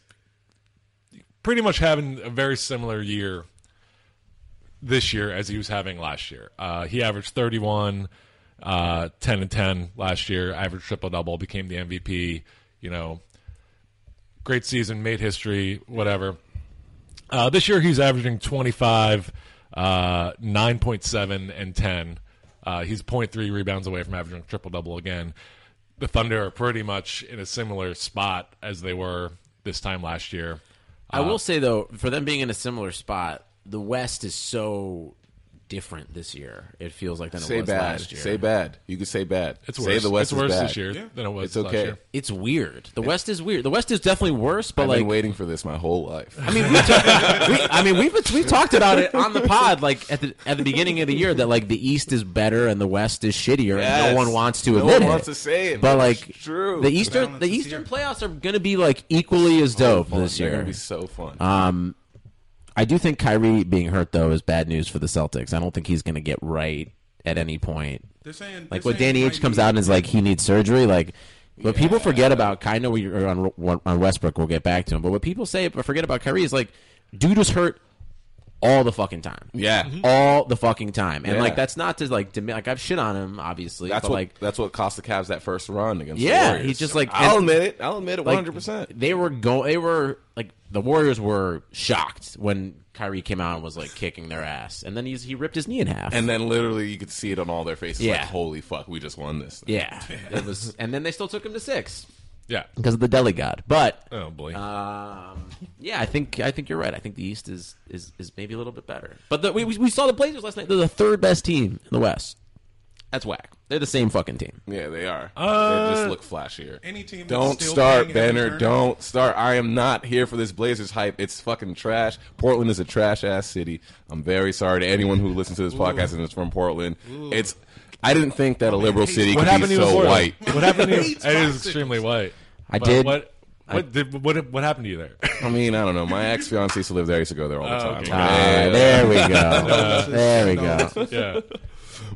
pretty much having a very similar year this year as he was having last year. Uh, he averaged 31, uh, 10 and 10 last year. Averaged triple double. Became the MVP. You know, great season, made history, whatever. Uh, this year he's averaging 25, uh, 9.7, and 10. Uh, he's 0.3 rebounds away from averaging triple double again. The Thunder are pretty much in a similar spot as they were this time last year.
I
Uh,
will say though, for them being in a similar spot, the West is so different this year. It feels like than it
Say
was
bad.
last year.
Say bad. You could say bad.
It's
Say
worse.
the West
it's
is
worse
bad.
this year than it was
It's
last
okay.
year.
It's weird. The West is weird. The West is definitely worse, but
I've
like
been waiting for this my whole life.
I mean, we talk, we, I mean, we've we've talked about it on the pod, like at the at the beginning of the year, that like the East is better and the West is shittier, and
Yes.
no one wants to
No
admit
one
it.
wants to say it,
but
but
like,
it's true.
The
The
Eastern
balance
the
is
Eastern
here.
playoffs are going to be like equally as dope this
They're
year. Uh,
gonna be so fun.
I do think Kyrie being hurt though is bad news for the Celtics. I don't think he's going to get right at any point.
They're saying
Like
they're
when
saying
Danny
he
H
might
comes
be-
out and is like he needs surgery, like what people forget about. I know we are on on Westbrook. We'll get back to him, but what people say but forget about Kyrie is like dude is hurt all the fucking time.
Yeah.
Mm-hmm.
Mhm.
all the fucking time, and
Yeah.
like that's not to like dimi- like I've shit on him obviously,
that's
but
what
like
that's what cost the Cavs that first run against.
Yeah, he's
the Warriors.
just like-
I'll
and-
admit it. I'll admit it. One
like,
hundred percent.
They were go. They were like the Warriors were shocked when Kyrie came out and was like kicking their ass, and then he's he ripped his knee in half.
And then literally you could see it on all their faces.
Yeah.
Like, holy fuck, we just won this. Thing.
yeah, it was, and then they still took him to six
Yeah.
because of the deli god. But
Oh boy.
um, yeah, I think I think you're right. I think the East is is, is maybe a little bit better. But the, we we we saw the Blazers last night. They're the third best team in the West. That's whack. They're the same fucking team.
Yeah, they are.
Uh,
they just look flashier.
Any team that's
Don't
still
start,
playing Evan
Banner.
Turner.
Don't start. I am not here for this Blazers hype. It's fucking trash. Portland is a trash ass city. I'm very sorry to anyone who listens to this podcast and is from Portland. It's. I didn't think that a liberal city
what
could
happened
be
to you in
so
Florida?
white.
What happened to you?
He's
It is
toxic.
extremely white.
I
But
did.
What What, did, what what happened to you there?
I mean, I don't know. My ex fiance used to live there. I used to go there all the
Oh,
time.
okay.
Yeah, yeah,
Ah,
yeah.
there we go. There we
No.
go.
yeah,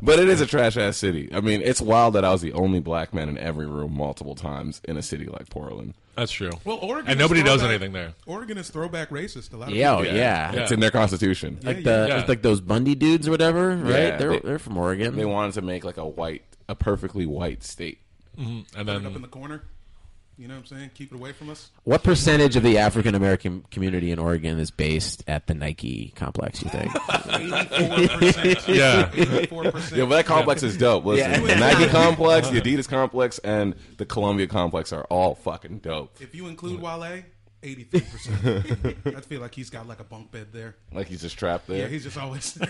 But it is a trash ass city. I mean, it's wild that I was the only black man in every room multiple times in a city like Portland.
that's true.
Well, Oregon
and
is
nobody does
throwback-
anything there.
Oregon is throwback racist. A lot of
Yeah, oh,
people-
yeah.
It's in their constitution.
Like the
yeah.
it's like those Bundy dudes or whatever, right?
Yeah,
they're
they-
they, are from Oregon.
They wanted to make like a white, a perfectly white state.
And
Put it up in
then
the corner. You know what I'm saying? Keep it away from us.
what percentage of the African American community in Oregon is based at the Nike complex? You think?
84%.
yeah,
84%.
Yeah, but that complex is dope. Listen,
Yeah.
the Nike complex, the Adidas complex, and the Columbia complex are all fucking dope.
if you include Wale, 83%. I feel like he's got like a bunk bed there.
Like he's just trapped there.
Yeah, he's just always.
they,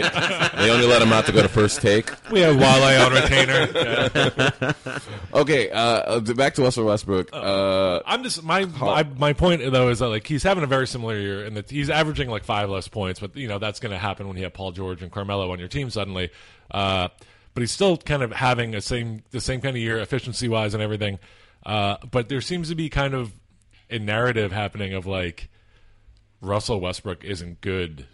they only let him out to go to first take.
we have Wale on retainer. Yeah.
Okay, uh, uh, back to Russell Westbrook.
Oh.
Uh,
I'm just my, my my point though is that like he's having a very similar year and that he's averaging like five less points, but you know that's going to happen when you have Paul George and Carmelo on your team suddenly. Uh, but he's still kind of having a same the same kind of year efficiency wise and everything. Uh, but there seems to be kind of a narrative happening of like Russell Westbrook isn't good.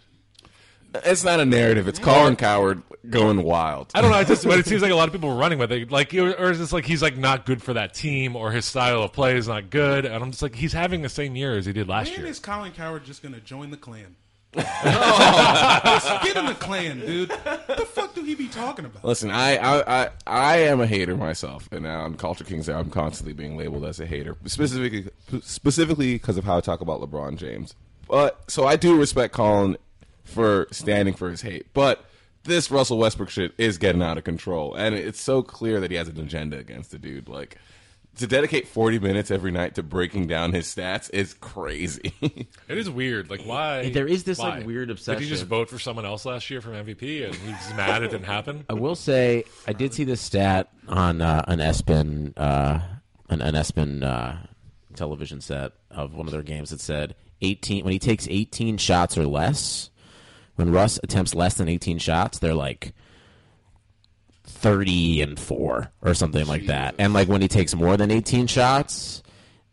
it's not a narrative. It's Colin Coward going wild.
I don't know. I just, but it seems like a lot of people are running with it. Like, or is this like he's like not good for that team, or his style of play is not good? And I'm just like, he's having the same year as he did last
When
year.
is Colin Coward just going to join the clan?
Oh.
Just get in the clan, dude. What the fuck do he be talking about?
Listen, I, I, I, I am a hater myself, and on Culture Kings, I'm constantly being labeled as a hater, specifically specifically because of how I talk about LeBron James. But so I do respect Colin for standing for his hate, but this Russell Westbrook shit is getting out of control, and it's so clear that he has an agenda against the dude. Like to dedicate 40 minutes every night to breaking down his stats is crazy.
It is weird. Like why?
There is this,
why?
like, weird
Did he just
obsession.
vote for someone else last year from MVP, and he's mad it didn't happen?
I will say I did see this stat on uh, an ESPN uh, an, an ESPN uh, television set of one of their games that said 18 when he takes 18 shots or less when Russ attempts less than 18 shots they're like 30 and 4 or something like that and like when he takes more than 18 shots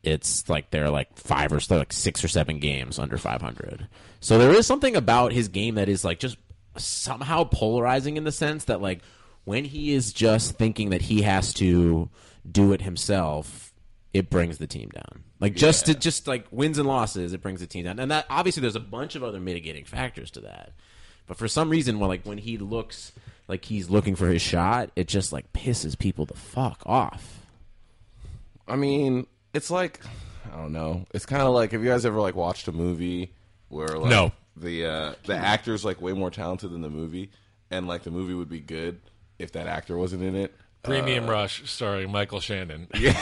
it's like they're like five or so, like six or seven games under 500. So there is something about his game that is like just somehow polarizing in the sense that like when he is just thinking that he has to do it himself, it brings the team down. Like just to just like wins and losses, it brings the team down. And that obviously there's a bunch of other mitigating factors to that. But for some reason, when like when he looks like he's looking for his shot, it just like pisses people the fuck off.
I mean, it's like I don't know. It's kind of like have you guys ever like watched a movie where like
No.
the uh, the actor's like way more talented than the movie, and like the movie would be good if that actor wasn't in it.
Premium Rush, starring Michael Shannon.
Where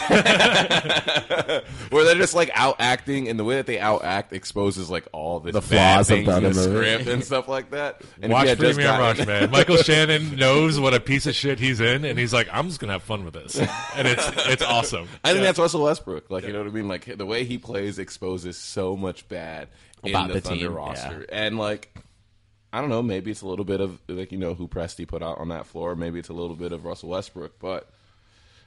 they're just like out acting, and the way that they out act exposes like all the,
The
bad
flaws of
things
the
in the
other movie.
script and stuff like that. And if you
Watch
had just
Premium
gotten-
Rush, man. Michael Shannon knows what a piece of shit he's in, and he's like, I'm just gonna have fun with this, and it's it's awesome.
I think that's Russell Westbrook. Like, you know what I mean? Like, the way he plays exposes so much bad in
About
the,
the
Thunder
team,
roster. And, like, I don't know. Maybe it's a little bit of, like, you know, who Presti put out on that floor. Maybe it's a little bit of Russell Westbrook. But,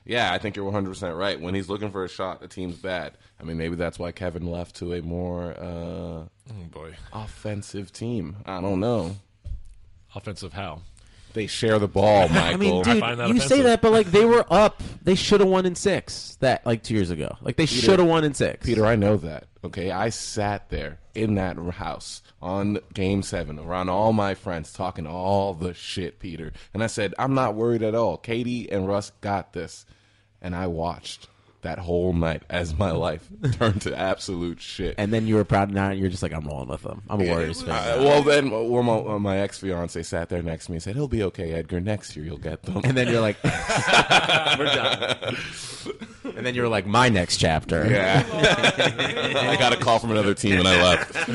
yeah, I think you're 100% right. When he's looking for a shot, the team's bad. I mean, maybe that's why Kevin left to a more uh,
Oh boy,
offensive team. I don't know.
offensive how?
They share the ball, Michael.
I mean, dude,
find that
you
offensive.
say that, but like they were up. They should have won in six. That like two years ago. Like they should have won in six.
Peter, I know that. Okay, I sat there in that house on Game Seven around all my friends talking all the shit, Peter, and I said I'm not worried at all. Katie and Russ got this, and I watched that whole night as my life turned to absolute shit.
and then you were proud now. and You're just like, I'm rolling with them. I'm a Warriors fan.
Uh, well, then well, my, uh, my ex fiance sat there next to me and said, "He'll be okay, Edgar. Next year you'll get them."
and then you're like, we're done. And then you're like, my next chapter.
I got a call from another team and I left.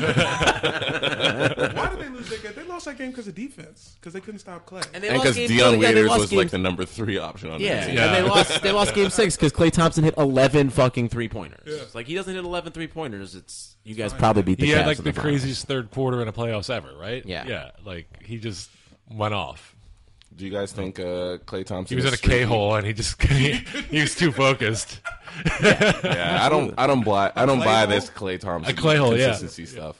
Why did they lose that game? They lost that game because of defense, because they couldn't stop Clay.
they
And
lost
because
game-
Dion
yeah, they
Waiters
lost
was
game-
like the number three option on
Yeah.
that team.
Yeah.
and they lost. They lost game six because Clay Thompson hit eleven fucking three pointers. Like he doesn't hit 11 three pointers. It's you guys probably beat the
He had
Cavs
like
in
the
finals.
craziest third quarter in a playoffs ever, right?
Yeah.
yeah. Like he just went off.
Do you guys think uh, Clay Thompson?
He was
is
in a
streaky?
K hole and he just he, he was too focused.
Yeah, I don't. I don't buy. I don't buy this Clay Thompson
A clay hole, yeah.
consistency stuff.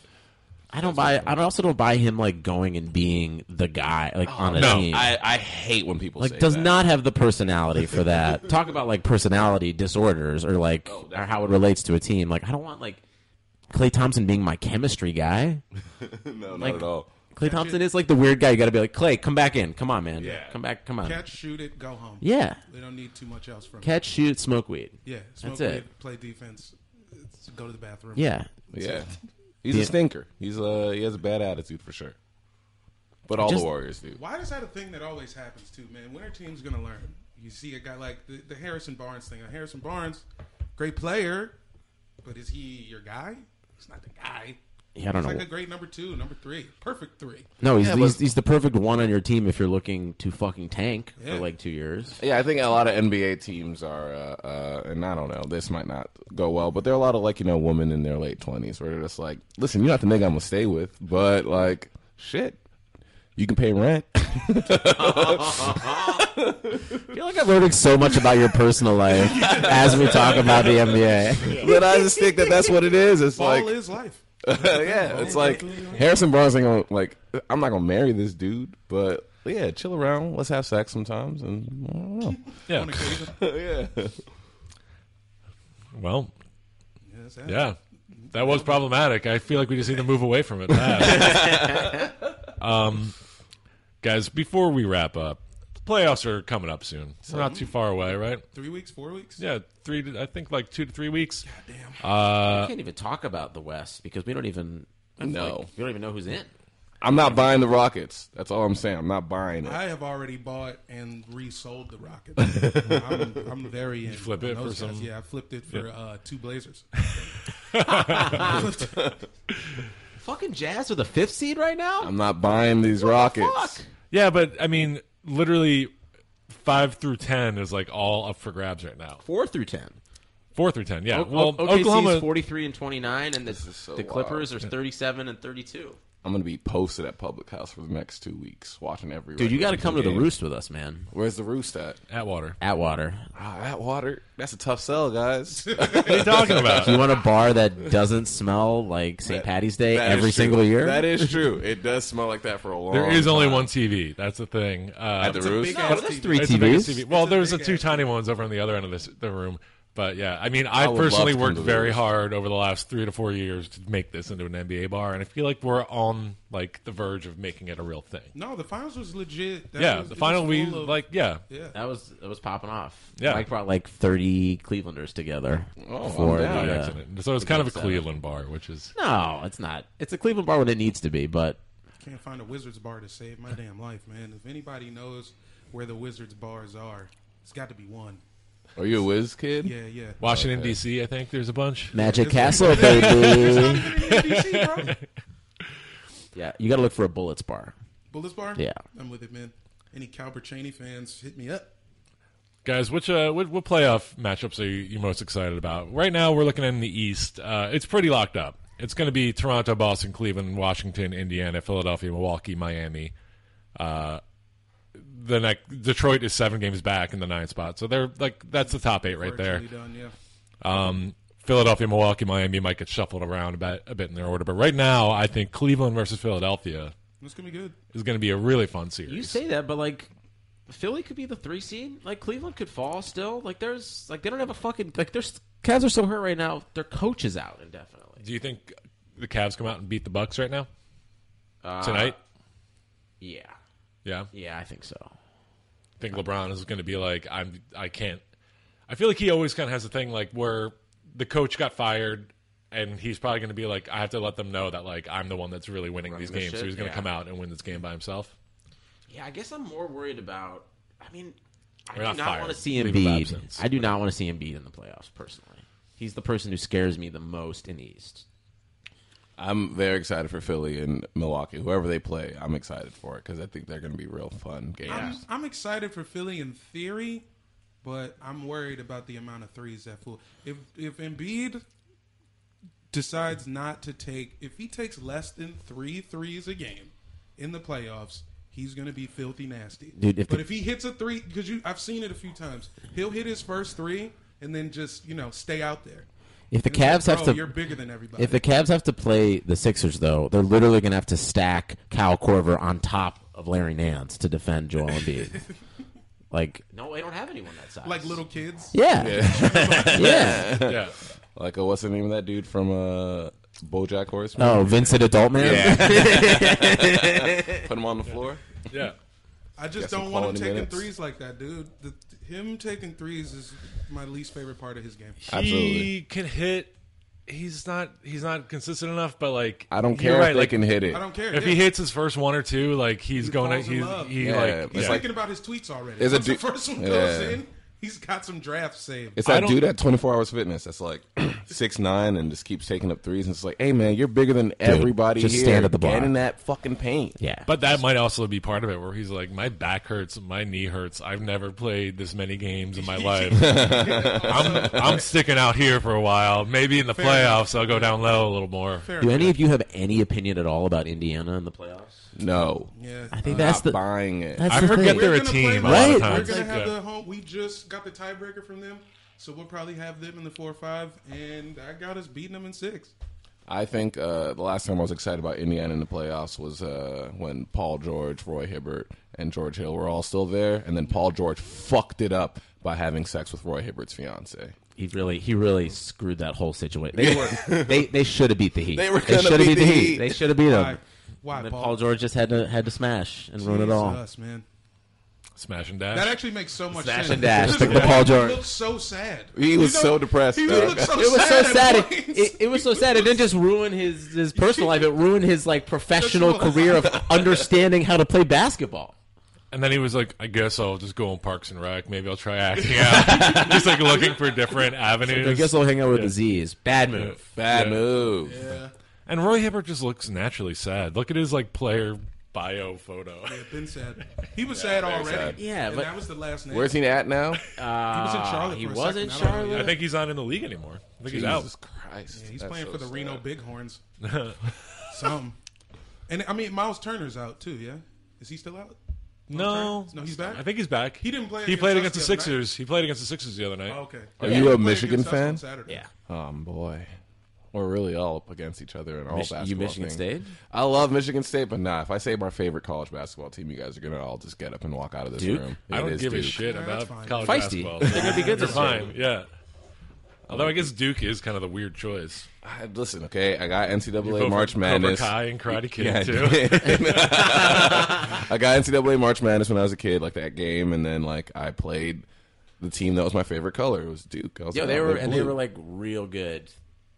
I don't buy. I also don't buy him like going and being the guy like on a
no.
team.
Oh, I, I hate when people
like
say
does
that.
not have the personality for that. Talk about like personality disorders or like
Oh,
or how it relates to a team. Like I don't want like Clay Thompson being my chemistry guy.
no, not
like-
at all.
Clay Thompson is like the weird guy. You got to be like Clay, come back in, come on, man,
Yeah.
come back, come on.
Catch, shoot it, go home.
Yeah,
They don't need too much else from you.
catch, shoot, smoke weed.
Yeah, smoke
That's it.
weed, play defense, s- go to the bathroom.
Yeah,
Yeah, he's a stinker. He's uh he has a bad attitude for sure. But all
Just-
the Warriors do.
Why is that a thing that always happens too, man? When are teams gonna learn? You see a guy like the, the Harrison Barnes thing. Now, Harrison Barnes, great player, but is he your guy? He's not the guy.
yeah. I don't
He's
know.
like a great number two, number three, perfect three.
No, he's,
Yeah,
he's,
but-
he's the perfect one on your team if you're looking to fucking tank
Yeah.
for like two years.
Yeah, I think a lot of NBA teams are, uh, uh, and I don't know, this might not go well, but there are a lot of like you know women in their late twenties where they're just like, listen, you're not the nigga I'm gonna stay with, but like, shit, you can pay rent.
I feel like I'm learning so much about your personal life as we talk about the NBA.
but I just think that that's what it is. It's
Ball
like,
is life.
yeah, it's like Harrison Barnes ain't gonna like. I'm not gonna marry this dude, but yeah, chill around. Let's have sex sometimes, and I don't know.
Yeah.
yeah,
Well,
Yes,
yeah, that was problematic. I feel like we just need to move away from it. fast. um, guys, before we wrap up, the playoffs are coming up soon. We're not too far away, right?
Three weeks, four weeks.
Yeah, three. to- I think like two to three weeks.
I can't even talk about the West because we don't even
No.
like, we don't even know who's in.
I'm not buying the Rockets. That's all I'm saying. I'm not buying it.
I have already bought and resold the Rockets. I'm, I'm very in. You
flip it for some-
Yeah, I flipped it for uh, two Blazers.
Fucking Jazz with the fifth seed right now.
I'm not buying these Rockets.
Yeah, but I mean, literally five through ten is like all up for grabs right now.
Four through ten.
Four through ten. Yeah.
O-
well,
O- OKC
Oklahoma.
is 43 and 29, and the,
so
the Clippers are 37 and 32.
I'm gonna be posted at Public House for the next two weeks, watching every.
Dude, you got to
regular
come to the
game.
roost with us, man.
Where's the roost at?
Atwater.
Atwater.
Ah, that water. That's a tough sell, guys.
What are you talking
You
about?
want a bar that doesn't smell like St. Patty's Day
That is
every
true.
single year?
That is true. It does smell like that for a long.
There is only
time.
one TV. That's the thing. Uh,
at the roost.
big-ass
There's
TV.
three
it's the biggest
TVs.
TV. Well,
It's a
there was the
big
two
ass
tiny ones over on the other end of this, the room. But yeah, I mean, I,
would love
personally
to come
worked
to the
very
roost.
hard over the last three to four years to make this into an NBA bar, and I feel like we're on like the verge of making it a real thing.
No, the finals was legit. That
yeah,
was-
the
it
final
was
we
full of-
like, yeah,
Yeah.
That was that was popping off.
Yeah.
Mike brought like thirty Clevelanders together
Oh, I'm
for the.
down.
Uh,
accident. So it's kind of a Cleveland bar, which is
no, it's not. It's a Cleveland bar when it needs to be, but
Can't find a Wizards bar to save my damn life, man. If anybody knows where the Wizards bars are, it's got to be one.
Are you a whiz kid?
Yeah, yeah.
Washington D.C. I think there's a bunch.
Magic Castle, baby.
DC, bro.
yeah, you got to look for a Bullets bar.
Bullets bar?
Yeah.
I'm with it, man. Any Calbert Cheney fans, hit me up.
Guys, which uh, what, what playoff matchups are you, you most excited about? Right now, we're looking in the East. Uh, it's pretty locked up. It's going to be Toronto, Boston, Cleveland, Washington, Indiana, Philadelphia, Milwaukee, Miami. Uh, the next, Detroit is seven games back in the ninth spot, so they're like that's the top eight right there.
Virtually Done, yeah.
Um, Philadelphia, Milwaukee, Miami might get shuffled around a bit, a bit in their order, but right now, I think Cleveland versus Philadelphia
It's going to be good.
is going to be a really fun series.
You say that, but like Philly could be the three seed. Like Cleveland could fall still. Like there's like they don't have a fucking like there's Cavs are so hurt right now. Their coach is out indefinitely.
Do you think the Cavs come out and beat the Bucks right now tonight?
Yeah,
Yeah.
yeah, I think so.
think LeBron is going to be like, I'm, I can't. I feel like he always kind of has a thing like where the coach got fired, and he's probably going to be like, I have to let them know that like I'm the one that's really winning these
this
games. so
shit,
he's going to
yeah.
come out and win this game by himself.
Yeah, I guess I'm more worried about. I mean, I
We're
do
not
not,
fired.
want to see
Leave of
Embiid.
absence.
I do not want to see Embiid in the playoffs personally. He's the person who scares me the most in the East.
I'm very excited for Philly and Milwaukee. Whoever they play, I'm excited for it because I think they're going to be real fun games.
I'm, I'm excited for Philly in theory, but I'm worried about the amount of threes that fool. If if Embiid decides not to take, if he takes less than three threes a game in the playoffs, he's gonna be filthy nasty.
Dude, if
but
the-
if he hits a three, because you, I've seen it a few times. He'll hit his first three and then just you know stay out there.
If the
And
Cavs
it's like,
have
"Bro,
to,
you're bigger than everybody.
If the Cavs have to play the Sixers, though, they're literally going to have to stack Kyle Corver on top of Larry Nance to defend Joel Embiid. like, no, they don't have anyone that size.
like little kids.
yeah, yeah.
Yeah.
Like, uh, what's the name of that dude from uh, BoJack Horseman?
Oh, Vincent Adult Man.
Put him on the floor.
Yeah.
I
Got
just
some
don't want him
quality
taking
minutes.
threes like that, dude. The, him taking threes is my least favorite part of his game.
He
Absolutely.
can hit. He's not. He's not consistent enough. But like,
I don't
you're
care
right,
if they
like,
can hit it.
I don't care.
If
yeah.
he hits his first one or two, like he's
He
going. To,
falls in
he's
love.
he
Yeah,
like.
it's
he's
yeah.
like-
thinking about his tweets already.
There's a
Once the
dude-
first one
yeah.
goes in, he's got some draft saved.
It's
I
that
don't-
dude at 24 Hours Fitness that's like six nine and just keeps taking up threes. And it's like, hey, man, you're bigger than everybody
just
here.
stand at the
Get
block.
in that fucking paint.
yeah.
But that might also be part of it, where he's like, "My back hurts, my knee hurts. I've never played this many games in my life. I'm, I'm sticking out here for a while. Maybe in the playoffs, I'll go down low a little more."
do any of you have any opinion at all about Indiana in the playoffs?
No.
Yeah.
I think
Not
that's the.
buying it.
That's
I
the
forget
thing.
they're a
gonna play
team a lot
Right.
of
We're
times.
gonna have
Yeah.
the home. We just got the tiebreaker from them, so we'll probably have them in the four or five, and I got us beating them in six.
I think uh, the last time I was excited about Indiana in the playoffs was uh, when Paul George, Roy Hibbert, and George Hill were all still there, and then Paul George fucked it up by having sex with Roy Hibbert's fiance.
He really, he really screwed that whole situation. They were, they, they should have beat the Heat.
They were gonna
shoulda
beat the
Heat.
Heat.
They should have beat them.
Why? Why,
And then
Paul?
Paul George just had to had to smash and ruin it all.
Jesus, man.
Smash and
That
dash.
actually makes so much
Smash
sense.
and dash,
Because
like the Paul George.
He looked so sad.
He was so depressed,
He
though.
looked so
It was so
sad.
sad.
at
It,
points.
it, it was so sad. It didn't just ruin his, his personal life. It ruined his like professional
Professional.
career of understanding how to play basketball.
And then he was like, "I guess I'll just go on Parks and Rec. Maybe I'll try acting out. just like looking for different avenues."
I guess I'll hang out with the Z's. Bad move.
Bad move.
and Roy Hibbert just looks naturally sad. Look at his like player bio photo.
Been sad. He was sad already.
sad.
Yeah,
and
but-
that was the last name. Ah,
Where's he at now?
He was in Charlotte.
he
for a
was
second.
in
I don't know.
Charlotte?
I think he's not in the league anymore. I think he's out.
Jesus Christ.
He's
that's
playing
so
for the
sad.
Reno Bighorns. Some. And I mean, Miles Turner's out too. Yeah, is he still out?
No,
No, he's back?
I think he's back.
He didn't play
He played
against
against the
us the other
Sixers. He played against the Sixers the other night.
Oh, okay.
Are
Yeah, he
you a
played
Michigan
against us on
fan?
Saturday.
Yeah.
Um, boy. We're really all up against each other in all
Mich- you
basketball.
Michigan
things.
State?
I love Michigan State, but nah. If I say my favorite college basketball team, you guys are gonna all just get up and walk out of this
Duke?
room.
I
It
don't
is
give a
Duke.
shit
that's
about
fine.
college
Feisty.
basketball.
They're gonna be good
They're
this year.
fine. Yeah. Although I guess Duke is kind of the weird choice.
I- listen, okay, I got
You vote
NCAA
for
March
Cobra
Madness.
Kai and Karate Kid
Yeah, I
too.
did. I got NCAA March Madness when I was a kid, like that game, and then like I played the team that was my favorite color. It was Duke. I was
Yeah,
like,
they
oh,
were
they're
and they
blue.
were like real good.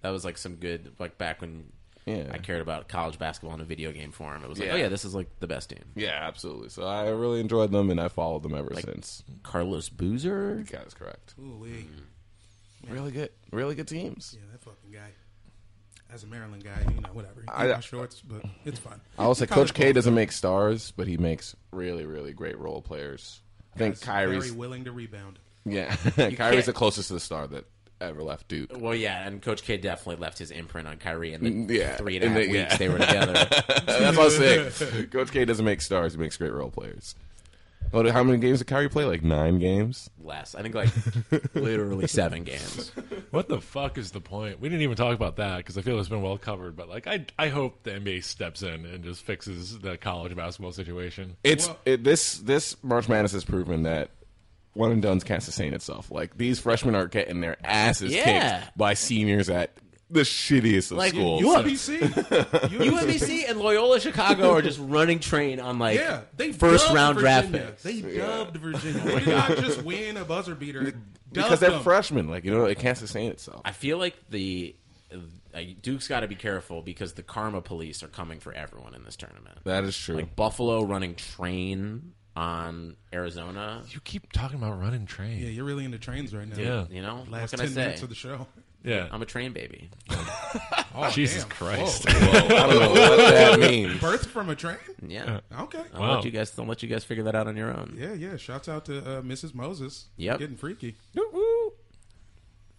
That was like some good like back when
Yeah.
I cared about college basketball in a video game form. It was like,
Yeah.
oh yeah, this is like the best team.
yeah, absolutely. So I really enjoyed them, and I followed them ever since.
Carlos Boozer.
You guys, correct?
Ooh, wee.
Mm-hmm. Really good, really good teams.
Yeah, that fucking guy. As a Maryland guy, you know, whatever. He
I-
I, my shorts, but it's fine.
I will say,
College
Coach K
ball,
doesn't make stars, but he makes really, really great role players. I think
guys,
Kyrie's
very willing to rebound.
yeah, Kyrie's the closest to the star that ever left Duke.
Well, yeah, and Coach K definitely left his imprint on Kyrie Mm, in the
Yeah.
three and a
In
half
the-
weeks
yeah.
they were together.
That's what I was saying. Coach K doesn't make stars; he makes great role players. Well, how many games did Kyrie play? Like nine games.
Less, I think, like literally seven games.
What the fuck is the point? We didn't even talk about that because I feel it's been well covered. But like, I I hope the NBA steps in and just fixes the college basketball situation.
It's
Well-
it, this this March Madness has proven that one and done's can't sustain itself. Like these freshmen are getting their asses
Yeah.
kicked by seniors at the shittiest of
Like,
schools.
you are-
UMBC?
UMBC and Loyola Chicago are just running train on like
Yeah, they
first
dubbed
round draft
Virginia.
picks.
They dubbed Virginia. They did not just win a buzzer beater.
because
Dubbed
they're
them.
freshmen. Like you know, it can't sustain itself.
I feel like the uh, Duke's got to be careful because the karma police are coming for everyone in this tournament.
That is true.
Like Buffalo running train on Arizona.
You keep talking about running train.
Yeah, you're really into trains right now.
Yeah.
You know, what
Last
can I
ten
say?
minutes of the show.
Yeah.
I'm a train baby.
Oh, Jesus
damn.
Christ.
I don't know what that means.
Birth from a train?
Yeah.
Okay.
I'll let you guys. I'll let you guys figure that out on your own.
Yeah, yeah. Shouts out to uh, Mrs. Moses.
Yep.
Getting freaky.
Woo-woo.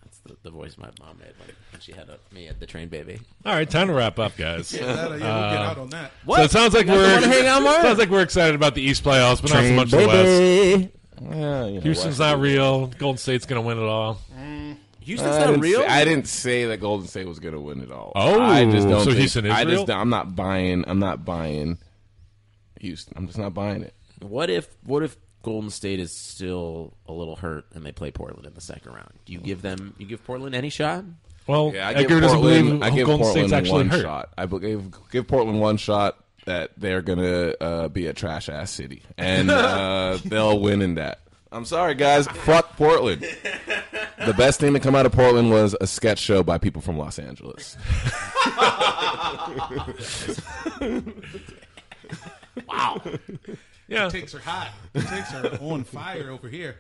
That's
the, the voice my mom made when, when she had a, me at the train baby.
All right, time to wrap up, guys.
That, uh, yeah, we'll get out on that.
So it sounds like
That's the
we're
one to hang out more?
sounds like we're excited about the East playoffs, but
Train
not so much the West.
baby.
Yeah, you know,
Houston's
West-
not real. Golden State's going to win it all.
Uh,
Houston's
I
not
didn't
real.
Say, I didn't say that Golden State was going to win it all.
Oh,
I just don't.
so
think-
Houston is
I
real?
just, I'm not buying. I'm not buying Houston. I'm just not buying it.
What if what if Golden State is still a little hurt and they play Portland in the second round? Do you give them you give Portland any shot?
Well,
Yeah, I give
Edgar doesn't
Portland,
believe
I give
Golden
Portland
State's actually
one
hurt.
shot. I be- give, give Portland one shot that they're gonna uh, be a trash ass city, and uh, they'll win in that. I'm sorry, guys. Fuck Portland. The best thing to come out of Portland was a sketch show by people from Los Angeles.
Yeah.
Takes are hot. Takes are on fire over here.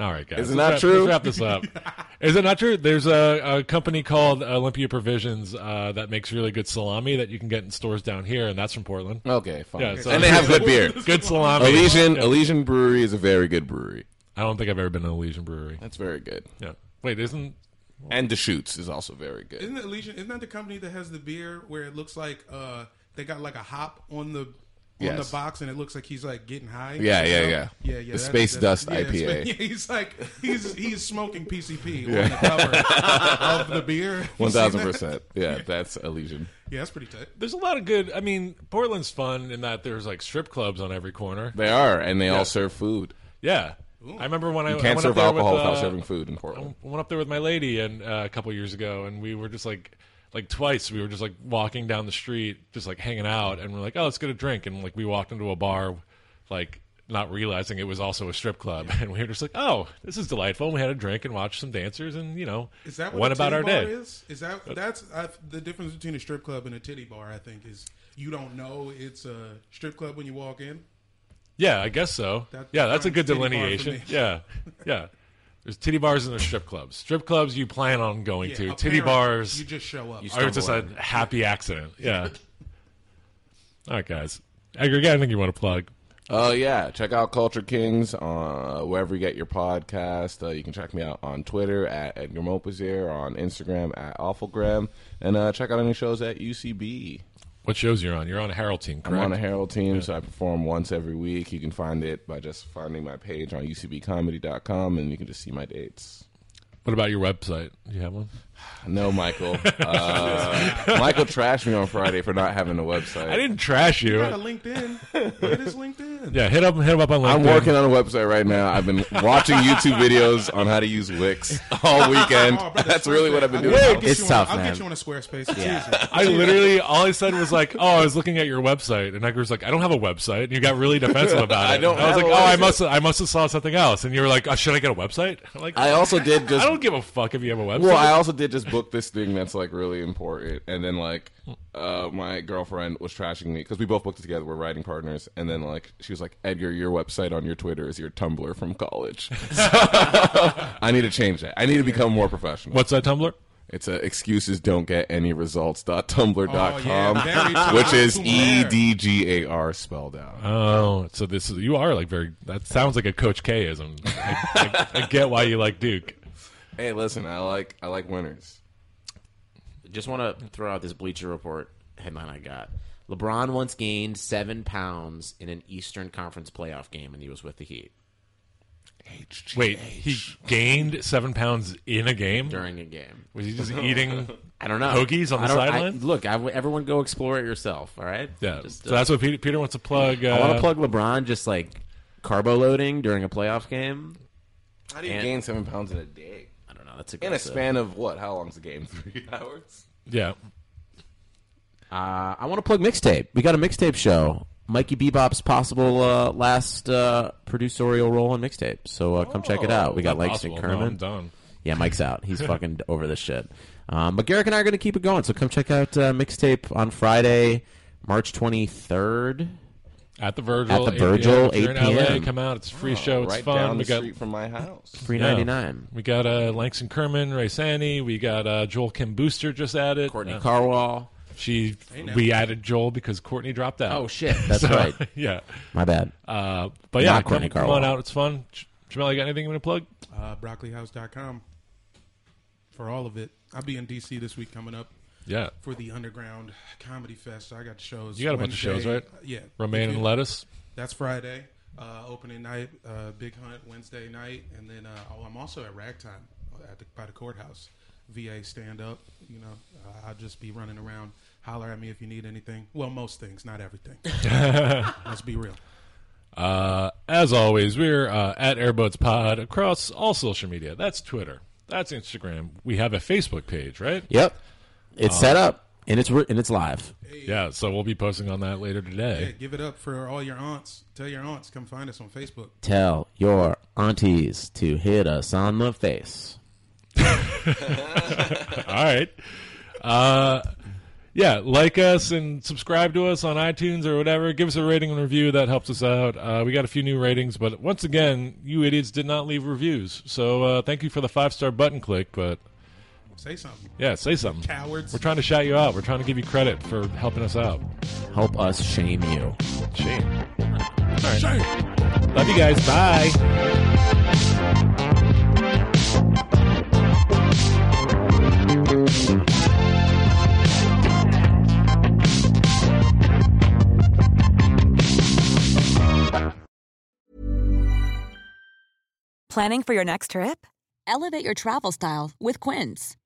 All right, guys.
Is it
Let's
not
wrap,
true?
Let's wrap this up. Is it not true? There's a, a company called Olympia Provisions uh, that makes really good salami that you can get in stores down here, and that's from Portland.
Okay, fine.
Yeah, so-
and they have good beer.
Good salami.
Elysian
Yeah.
Elysian Brewery is a very good brewery.
I don't think I've ever been to an Elysian Brewery.
That's very good.
Yeah. Wait, isn't
And Deschutes is also very good.
Isn't it Elysian? Isn't that the company that has the beer where it looks like uh, they got like a hop on the on
Yes.
the box and it looks like he's like getting high?
Yeah, yeah,
You know?
yeah.
yeah, yeah.
The
that's-
Space
that's-
Dust
yeah, it's-
IPA.
yeah, he's like he's he's smoking PCP on the cover of the beer. You seen
One thousand
that?
percent. Yeah, that's Elysian.
Yeah, that's pretty tight.
there's a lot of good? I mean, Portland's fun in that there's like strip clubs on every corner.
They are, and they all serve food.
Yeah. I remember when I
You
I
can't
went
serve
up there
alcohol
with, uh, Oh.
without serving food in
I
Portland.
went up there with my lady and uh, a couple years ago, and we were just like, like twice, we were just like walking down the street, just like hanging out, and we're like, oh, let's get a drink, and like we walked into a bar, like not realizing it was also a strip club, and we were just like, oh, this is delightful. And we had a drink and watched some dancers, and you know,
Is that what
went
a
about
titty
our
bar
day.
Is is that that's I, the difference between a strip club and a titty bar? I think is you don't know it's a strip club when you walk in.
Yeah, I guess so.
That
yeah, that's a good
defines titty bar for
delineation.
me.
Yeah, yeah. There's titty bars and there's strip clubs. Strip clubs you plan on going to. Titty
apparently,
bars.
you just show up.
Or it's just a happy accident. Yeah. All right, guys. Edgar, you got anything you want to plug?
Uh, yeah, check out Culture Kings uh, wherever you get your podcast. Uh, you can check me out on Twitter at Edgar Mopazier, on Instagram at Awfulgram, and uh, check out any shows at UCB.
What shows you're on? You're on a Herald team, correct?
I'm on a Herald team, so I perform once every week. You can find it by just finding my page on ucbcomedy.com, and you can just see my dates.
what about your website? Do you have one?
No, Michael. Uh, Michael trashed me on Friday for not having a website.
I didn't trash you.
Got a LinkedIn. It is LinkedIn.
Yeah, hit up hit him up on LinkedIn.
I'm working on a website right now. I've been watching YouTube videos on how to use Wix all weekend.
Oh, brother,
That's really what I've been doing.
I'll get
It's
you on-
tough,
I'll
man.
get you on a Squarespace. It's
Yeah.
easy.
I literally all I said was like, "Oh, I was looking at your website," and Edgar's like, "I don't have a website," and you got really defensive about it.
I don't
I was
have
like,
a
"Oh, I
website."
must I must have saw something else," and you were like, oh, "Should I get a website?" I'm like,
I
I,
also did just
don't give a fuck if you have a website."
well. I also did just book this thing that's like really important, and then like uh, my girlfriend was trashing me because we both booked it together. We're writing partners, and then like she was like, "Edgar, your website on your Twitter is your Tumblr from college." So, I need to change that. I need to become more professional.
What's that Tumblr?
It's a excuses don't get any results.tumblr.com,
Oh, yeah, very
which is
popular.
E D G A R spelled out.
Oh, so this is you are like very. That sounds like a Coach K ism. I, I, I get why you like Duke.
Hey, listen, I like I like winners.
Just want to throw out this Bleacher Report headline I got. LeBron once gained seven pounds in an Eastern Conference playoff game when he was with the Heat
Wait, he gained seven pounds in a game?
during a game.
Was he just eating?
I don't know.
Hoagies on
I
the
don't- I-
sideline?
Look, I, everyone go explore it yourself, all right?
Yeah.
Just,
so
uh,
that's what Peter, Peter wants to plug. Uh,
I want to plug LeBron just like carbo loading during a playoff game.
How do you
And-
gain seven pounds in a day?
I don't know. That's a
In a
that's
span of what? How long's the game? Three hours.
Yeah.
Uh, I want to plug mixtape. We got a mixtape show. Mikey Bebop's possible uh, last uh, producerial role on mixtape. So uh, come check it out. We got Langston
Oh, Possible. No, I'm
Kerman.
done.
yeah, Mike's out. He's fucking over this shit. Um, but Garrick and I are going to keep it going. So come check out uh, mixtape on Friday, March 23rd.
At the Virgil.
At the Virgil,
If you're in
8
LA,
PM.
come out. It's a
Oh,
free show. It's
right
fun.
down
we
the
got
street from my house.
Three
yeah.
ninety nine.
We got uh, Langston Kerman, Ray Sani. We got uh, Joel Kim Booster just added.
Courtney
Uh,
Carwall.
she. We added Joel because Courtney dropped out.
Oh shit, that's
So,
right.
yeah.
My bad.
Uh, but yeah,
Not
come,
Courtney
come on
Carwall.
out. It's fun. Ch- Jamel, you got anything you want to plug?
Uh, broccolihouse.com. for all of it. I'll be in DC this week coming up
Yeah.
for the Underground Comedy Fest. I got shows.
You got a bunch of shows,
Wednesday.
right?
Uh, yeah.
Romaine and
Yeah.
lettuce.
That's Friday. Uh, opening night, uh, Big Hunt Wednesday night, and then uh, oh, I'm also at Ragtime at the, by the courthouse. VA stand up. You know, uh, I'll just be running around. Holler at me if you need anything. Well, most things, not everything. Let's be real.
Uh, as always, we're uh, at Airboats Pod across all social media. That's Twitter. That's Instagram. We have a Facebook page, right?
Yep, it's
Uh,
set up and it's re- and it's live.
Yeah. So we'll be posting on that later
Yeah,
today.
give it up for all your aunts. Tell your aunts come find us on Facebook.
Tell your aunties to hit us on the face.
All right. Uh, yeah, like us and subscribe to us on iTunes or whatever. Give us a rating and review. That helps us out. Uh, we got a few new ratings, but once again, you idiots did not leave reviews. So uh, thank you for the five star button click. But
Say something.
yeah, say something.
Cowards.
We're trying to shout you out. We're trying to give you credit for helping us out.
Help us shame you.
Shame. Love you guys. Bye.
Planning for your next trip?
Elevate your travel style with Quince.